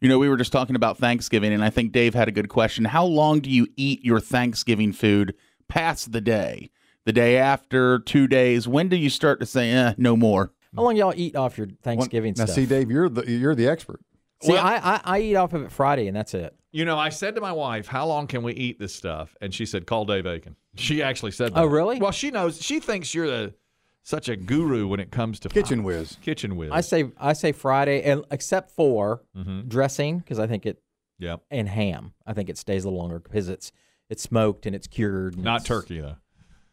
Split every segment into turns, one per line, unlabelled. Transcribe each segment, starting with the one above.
You know, we were just talking about Thanksgiving, and I think Dave had a good question. How long do you eat your Thanksgiving food past the day? The day after, two days? When do you start to say, eh, no more?
How long y'all eat off your Thanksgiving
Now,
stuff?
see, Dave, you're the you're the expert.
See, I, I I eat off of it Friday, and that's it.
You know, I said to my wife, "How long can we eat this stuff?" And she said, "Call Dave Aiken." She actually said, that.
Oh, really?
Well, she knows. She thinks you're the such a guru when it comes to
Kitchen whiz.
kitchen whiz.
I say I say Friday, and except for
Mm-hmm.
dressing because I think it
yep.
and ham. I think it stays a little longer because it's it's smoked and it's cured. and
Not
it's-
turkey though.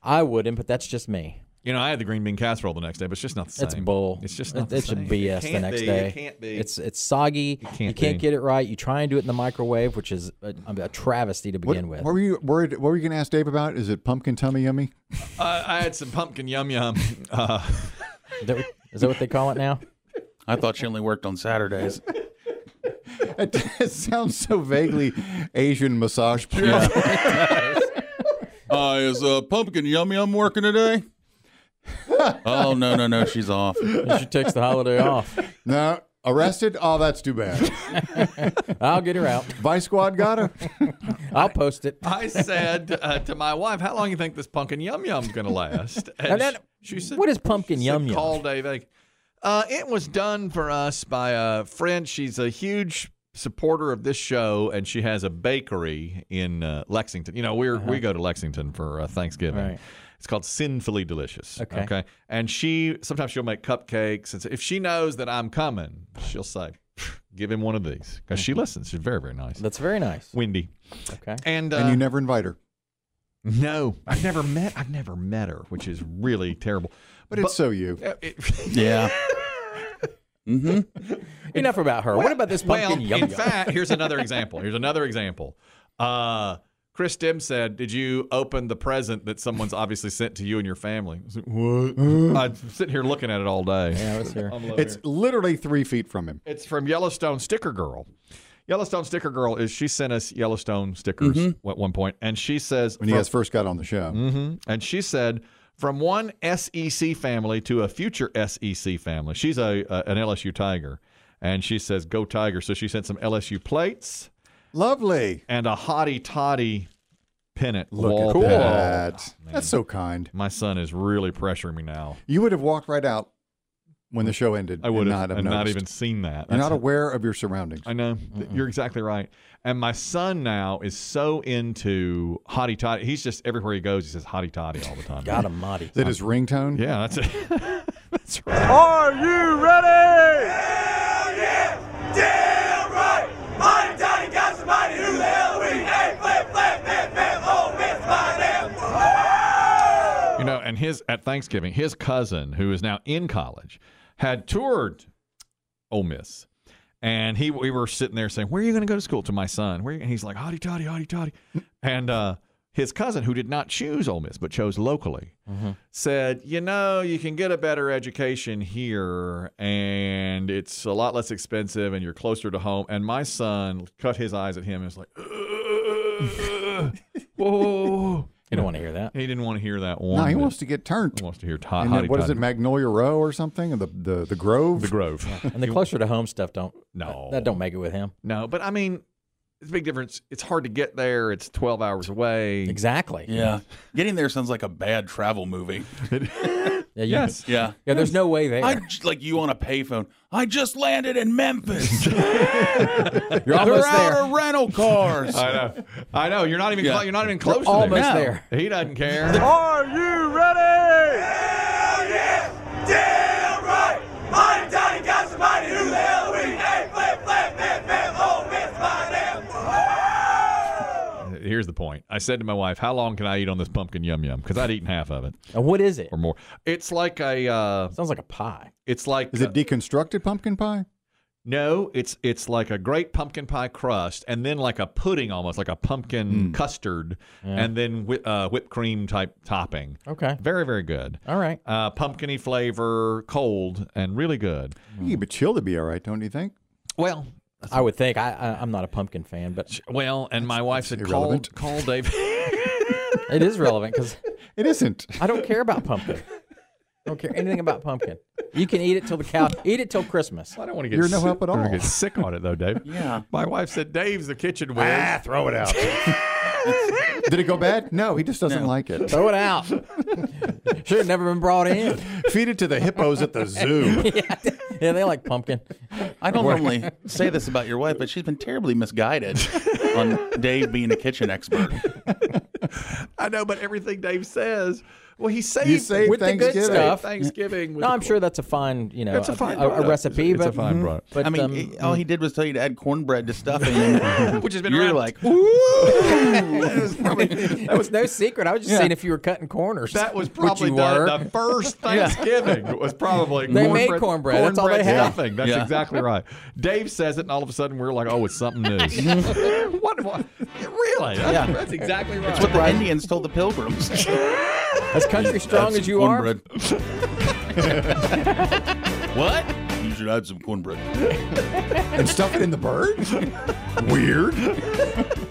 I wouldn't, but that's just me.
You know, I had the green bean casserole the next day, but it's just not the same.
It's bull.
It's just
It-
not the
it's
same.
a BS the
can't
next
be.
day.
It can't be.
It's it's soggy.
can't
you can't
be.
get it right. You try and do it in the microwave, which is a, a travesty to
What,
begin with.
what were you worried? What were you going to ask Dave about? Is it pumpkin tummy yummy?
Uh, I had some pumpkin yum yum. Uh,
Is that, is that what they call it now?
I thought she only worked on Saturdays.
It, it sounds so vaguely Asian massage. parlor.
Uh, is uh, Pumpkin Yum Yum working today? oh, no, no, no. She's off.
she takes the holiday off.
No, arrested. Oh, that's too bad.
I'll get her out.
Vice squad got her.
I'll post it.
I said uh, to my wife, "How long you think this pumpkin yum yum's going to last?"
And then-
she, she said,
What is pumpkin
she
yum
said,
yum?
Call Dave Aiken. Uh, it was done for us by a friend. She's a huge supporter of this show, and she has a bakery in uh, Lexington. You know, we're we go to Lexington for uh, Thanksgiving.
Uh-huh. Right.
It's called Sinfully Delicious.
Okay.
And she sometimes she'll make cupcakes, and so if she knows that I'm coming, she'll say, "Give him one of these," because she listens. She's very very nice.
That's very nice.
Windy.
Mm-hmm. Okay.
And, uh,
and you never invite her.
no, I've never met. I've never met her, which is really terrible.
But it's so you.
Uh, it-
Yeah.
Enough about her. What about this pumpkin
well,
yum
in
yum?
fact, here's another example. Here's another example. Uh, Chris Dim said, "Did you open the present that someone's obviously sent to you and your family?" I was like, what? I'd sit here looking at it all day.
Mm. yeah, it's here.
I'm
It's literally three feet from him.
It's from Yellowstone Sticker Girl. Yellowstone Sticker Girl is she sent us Yellowstone stickers
Mm-hmm.
at one point, and she says
When you guys first got on the show.
hmm And she said, from one SEC family to a future SEC family. She's a, a an LSU Tiger, and she says, "Go Tiger!" So she sent some LSU plates
Lovely.
and a hottie toddy pennant.
Look
wall Oh,
at
pennant.
that. That's so kind.
My son is really pressuring me now.
You would have walked right out when the show ended.
I would
and
have
not have
and not
noticed.
even seen that.
You're
That's-
not aware of your surroundings.
I know. Th- You're exactly right. And my son now is so into hottie toddy. He's just everywhere he goes, he says hottie toddy all the time.
Got him, Marty.
Is it his ringtone?
Yeah, that's it. that's right.
Are you ready? Hell yeah! Damn right! I'm Johnny Gasamani, who the hell we ain't flip, flip, man, man, oh, man, my damn.
You know, and his at Thanksgiving, his cousin, who is now in college, had toured Ole Miss. And he we were sitting there saying, Where are you gonna go to school? To my son. Where are you? and he's like, Hotty toddy, hotty toddy. and uh his cousin, who did not choose Ole Miss but chose locally,
Mm-hmm.
said, You know, you can get a better education here and it's a lot less expensive and you're closer to home. And my son cut his eyes at him and was like, Whoa. whoa, whoa.
You don't want to hear that.
He didn't want to hear that one.
No, he
bit.
wants to get turned.
He wants to hear hot,
And
hotty
then, what is
toddy.
it, Magnolia Row or something? Or the, the, the Grove?
The Grove.
And the closer to home stuff don't.
No.
That, that don't make it with him.
no, but I mean, it's a big difference. It's hard to get there. It's 12 hours away.
Exactly.
Yeah. Getting there sounds like a bad travel movie.
Yeah, you-
Yes.
Yeah.
Yeah, there's no way there.
I j- like you on a payphone. I just landed in Memphis.
You're
They're
almost
out
there.
of rental cars.
I know. I know. You're not even
Yeah.
clo- you're not even close to
Almost
No.
there.
there. He doesn't care.
Are you ready? Hell yeah! Damn right! I'm Johnny Gasamani, who the hell we ain't flip, flip, man, man, oh, man, my damn.
Uh, Here's the point. I said to my wife, "How long can I eat on this pumpkin yum yum?" Because I'd eaten half of it
And what is it?
or more. It's like a. Uh,
Sounds like a pie.
it's like
Is it deconstructed pumpkin pie?
no. It's it's like a great pumpkin pie crust, and then like a pudding, almost like a pumpkin custard, and then whi- uh, whipped cream type topping.
Okay.
Very very good.
All right.
uh, pumpkiny flavor, cold, and really good.
Yeah, but chill to be all right, don't you think?
Well,
I would think. I, I I'm not a pumpkin fan, but
well, and my wife said, call,
irrelevant.
call Dave.
it is relevant because
It isn't.
I don't care about pumpkin. I don't care anything about pumpkin. You can eat it till the cow. Eat it till Christmas.
I don't want to get
You're no
sick.
help at
I don't wanna
all.
get sick on it though, Dave. yeah. My wife said Dave's the kitchen whiz.
Ah, throw it out. Did it go bad? No, he just doesn't like it.
Throw it out. Should have never been brought in.
Feed it to the hippos at the zoo.
Yeah, they like pumpkin.
I don't normally say this about your wife, but she's been terribly misguided on Dave being a kitchen expert.
I know, but everything Dave says, well, he saved
You say
With the good
Thanksgiving.
stuff.
Thanksgiving. with
No,
the
I'm
cor-
sure that's a fine, you know,
It's a fine
a,
product.
recipe,
It's a-
but
it's a fine product.
But
I mean,
um,
it-
oh,
all he did was tell you to add cornbread to stuffing, and
Which has been
you're
around-
like, ooh.
That was probably,
it was no secret. I was just saying if you were cutting corners.
that was
which
probably
you
the,
were.
the first Thanksgiving was probably
They made cornbread. That's all they had.
stuffing. That's
Yeah.
exactly right. Dave says it, and all of a sudden we're like, oh, it's something new. what, what? Really? That's,
Yeah.
that's exactly right.
what the Indians told the pilgrims.
as country strong as you are.
what? You should add some cornbread.
and stuff it in the bird? Weird.